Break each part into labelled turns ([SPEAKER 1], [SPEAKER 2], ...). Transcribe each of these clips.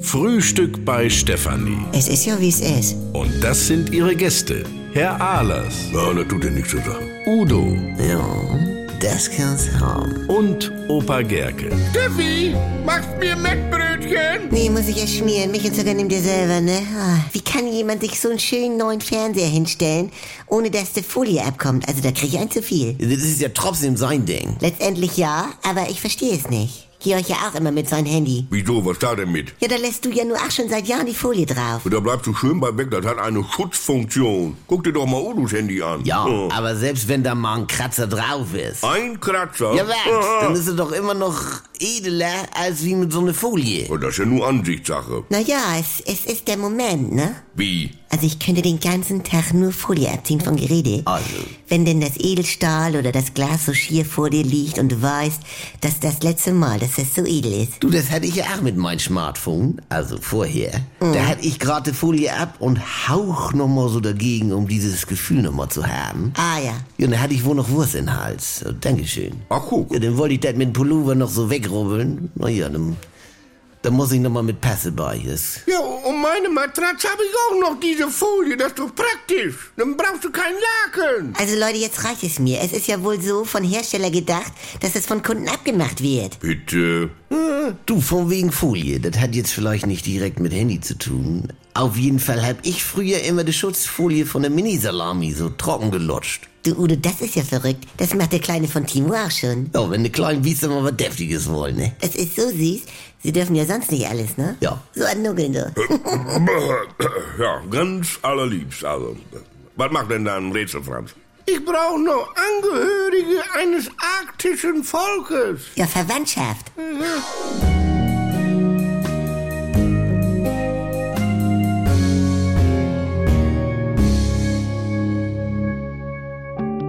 [SPEAKER 1] Frühstück bei Stefanie.
[SPEAKER 2] Es ist ja, wie es ist.
[SPEAKER 1] Und das sind ihre Gäste. Herr Ahlers. Ja, das tut dir nichts zu sagen. Udo
[SPEAKER 2] Ja, das kann's haben.
[SPEAKER 1] und Opa Gerke.
[SPEAKER 3] Steffi, machst mir Mettbrötchen?
[SPEAKER 2] Nee, muss ich ja schmieren. Mich und sogar nimm dir selber, ne? Ah, Wie kann jemand sich so einen schönen neuen Fernseher hinstellen, ohne dass die Folie abkommt? Also da krieg ich ein zu viel.
[SPEAKER 4] Das ist ja trotzdem sein Ding.
[SPEAKER 2] Letztendlich ja, aber ich verstehe es nicht. Georg ja auch immer mit seinem Handy.
[SPEAKER 3] Wieso, was da denn mit?
[SPEAKER 2] Ja, da lässt du ja nur auch schon seit Jahren die Folie drauf.
[SPEAKER 3] Und da bleibst du schön bei weg, das hat eine Schutzfunktion. Guck dir doch mal Udos Handy an.
[SPEAKER 4] Ja,
[SPEAKER 3] Oh.
[SPEAKER 4] aber selbst wenn da mal ein Kratzer drauf ist.
[SPEAKER 3] Ein Kratzer.
[SPEAKER 4] Ja, Max, dann
[SPEAKER 3] Ah.
[SPEAKER 4] ist er doch immer noch edler als wie mit so einer Folie.
[SPEAKER 3] Und Oh, das ist ja nur Ansichtssache.
[SPEAKER 2] Naja, es, es ist der Moment, ne?
[SPEAKER 3] Wie?
[SPEAKER 2] Also ich könnte den ganzen Tag nur Folie abziehen von Gerede.
[SPEAKER 4] Also.
[SPEAKER 2] Wenn denn das Edelstahl oder das Glas so schier vor dir liegt und du weißt, dass das letzte Mal, dass das so edel ist.
[SPEAKER 4] Du, das hatte ich ja auch mit meinem Smartphone, also vorher. Da hatte ich gerade die Folie ab und hauch nochmal so dagegen, um dieses Gefühl nochmal zu haben.
[SPEAKER 2] Ah ja.
[SPEAKER 4] Ja, Und da hatte ich wohl noch Wurst im Hals. Oh, Dankeschön.
[SPEAKER 3] Ach, guck.
[SPEAKER 4] Ja, dann wollte ich das mit dem Pullover noch so wegrubbeln. Naja, dann, dann muss ich nochmal mit Pässe bei. Das,
[SPEAKER 3] Ja, und meine Matratze habe ich auch noch, diese Folie. Das ist doch praktisch. Dann brauchst du keinen Laken.
[SPEAKER 2] Also Leute, jetzt reicht es mir. Es ist ja wohl so von Hersteller gedacht, dass es von Kunden abgemacht wird.
[SPEAKER 3] Bitte.
[SPEAKER 4] Du, von wegen Folie, das hat jetzt vielleicht nicht direkt mit Handy zu tun. Auf jeden Fall hab ich früher immer die Schutzfolie von der Mini-Salami so trocken gelutscht.
[SPEAKER 2] Du Udo, das ist ja verrückt. Das macht der Kleine von Timo auch schon.
[SPEAKER 4] Ja, wenn die kleinen Biester mal was Deftiges wollen, ne?
[SPEAKER 2] Das ist so süß. Sie dürfen ja sonst nicht alles, ne?
[SPEAKER 4] Ja.
[SPEAKER 2] So an Nuckeln so.
[SPEAKER 3] Ja, ganz allerliebst, also. Was macht denn da ein Rätsel, Franz? Ich brauche noch Angehörige eines arktischen Volkes.
[SPEAKER 2] Ja, Verwandtschaft.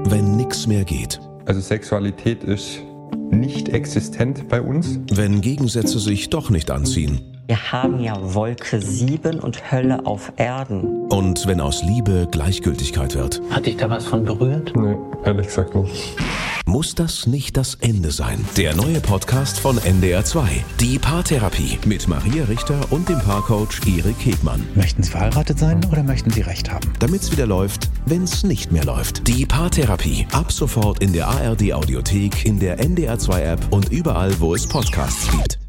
[SPEAKER 5] Wenn nix mehr geht.
[SPEAKER 6] Also Sexualität ist nicht existent bei uns.
[SPEAKER 5] Wenn Gegensätze sich doch nicht anziehen.
[SPEAKER 7] Wir haben ja Wolke 7 und Hölle auf Erden.
[SPEAKER 5] Und wenn aus Liebe Gleichgültigkeit wird.
[SPEAKER 8] Hat dich da was von berührt?
[SPEAKER 6] Nee, ehrlich gesagt nicht.
[SPEAKER 5] Muss das nicht das Ende sein? Der neue Podcast von NDR2. Die Paartherapie mit Maria Richter und dem Paarcoach Erik Hegmann.
[SPEAKER 9] Möchten Sie verheiratet sein oder möchten Sie Recht haben?
[SPEAKER 5] Damit's wieder läuft, wenn's nicht mehr läuft. Die Paartherapie. Ab sofort in der ARD Audiothek, in der NDR2 App und überall, wo es Podcasts gibt.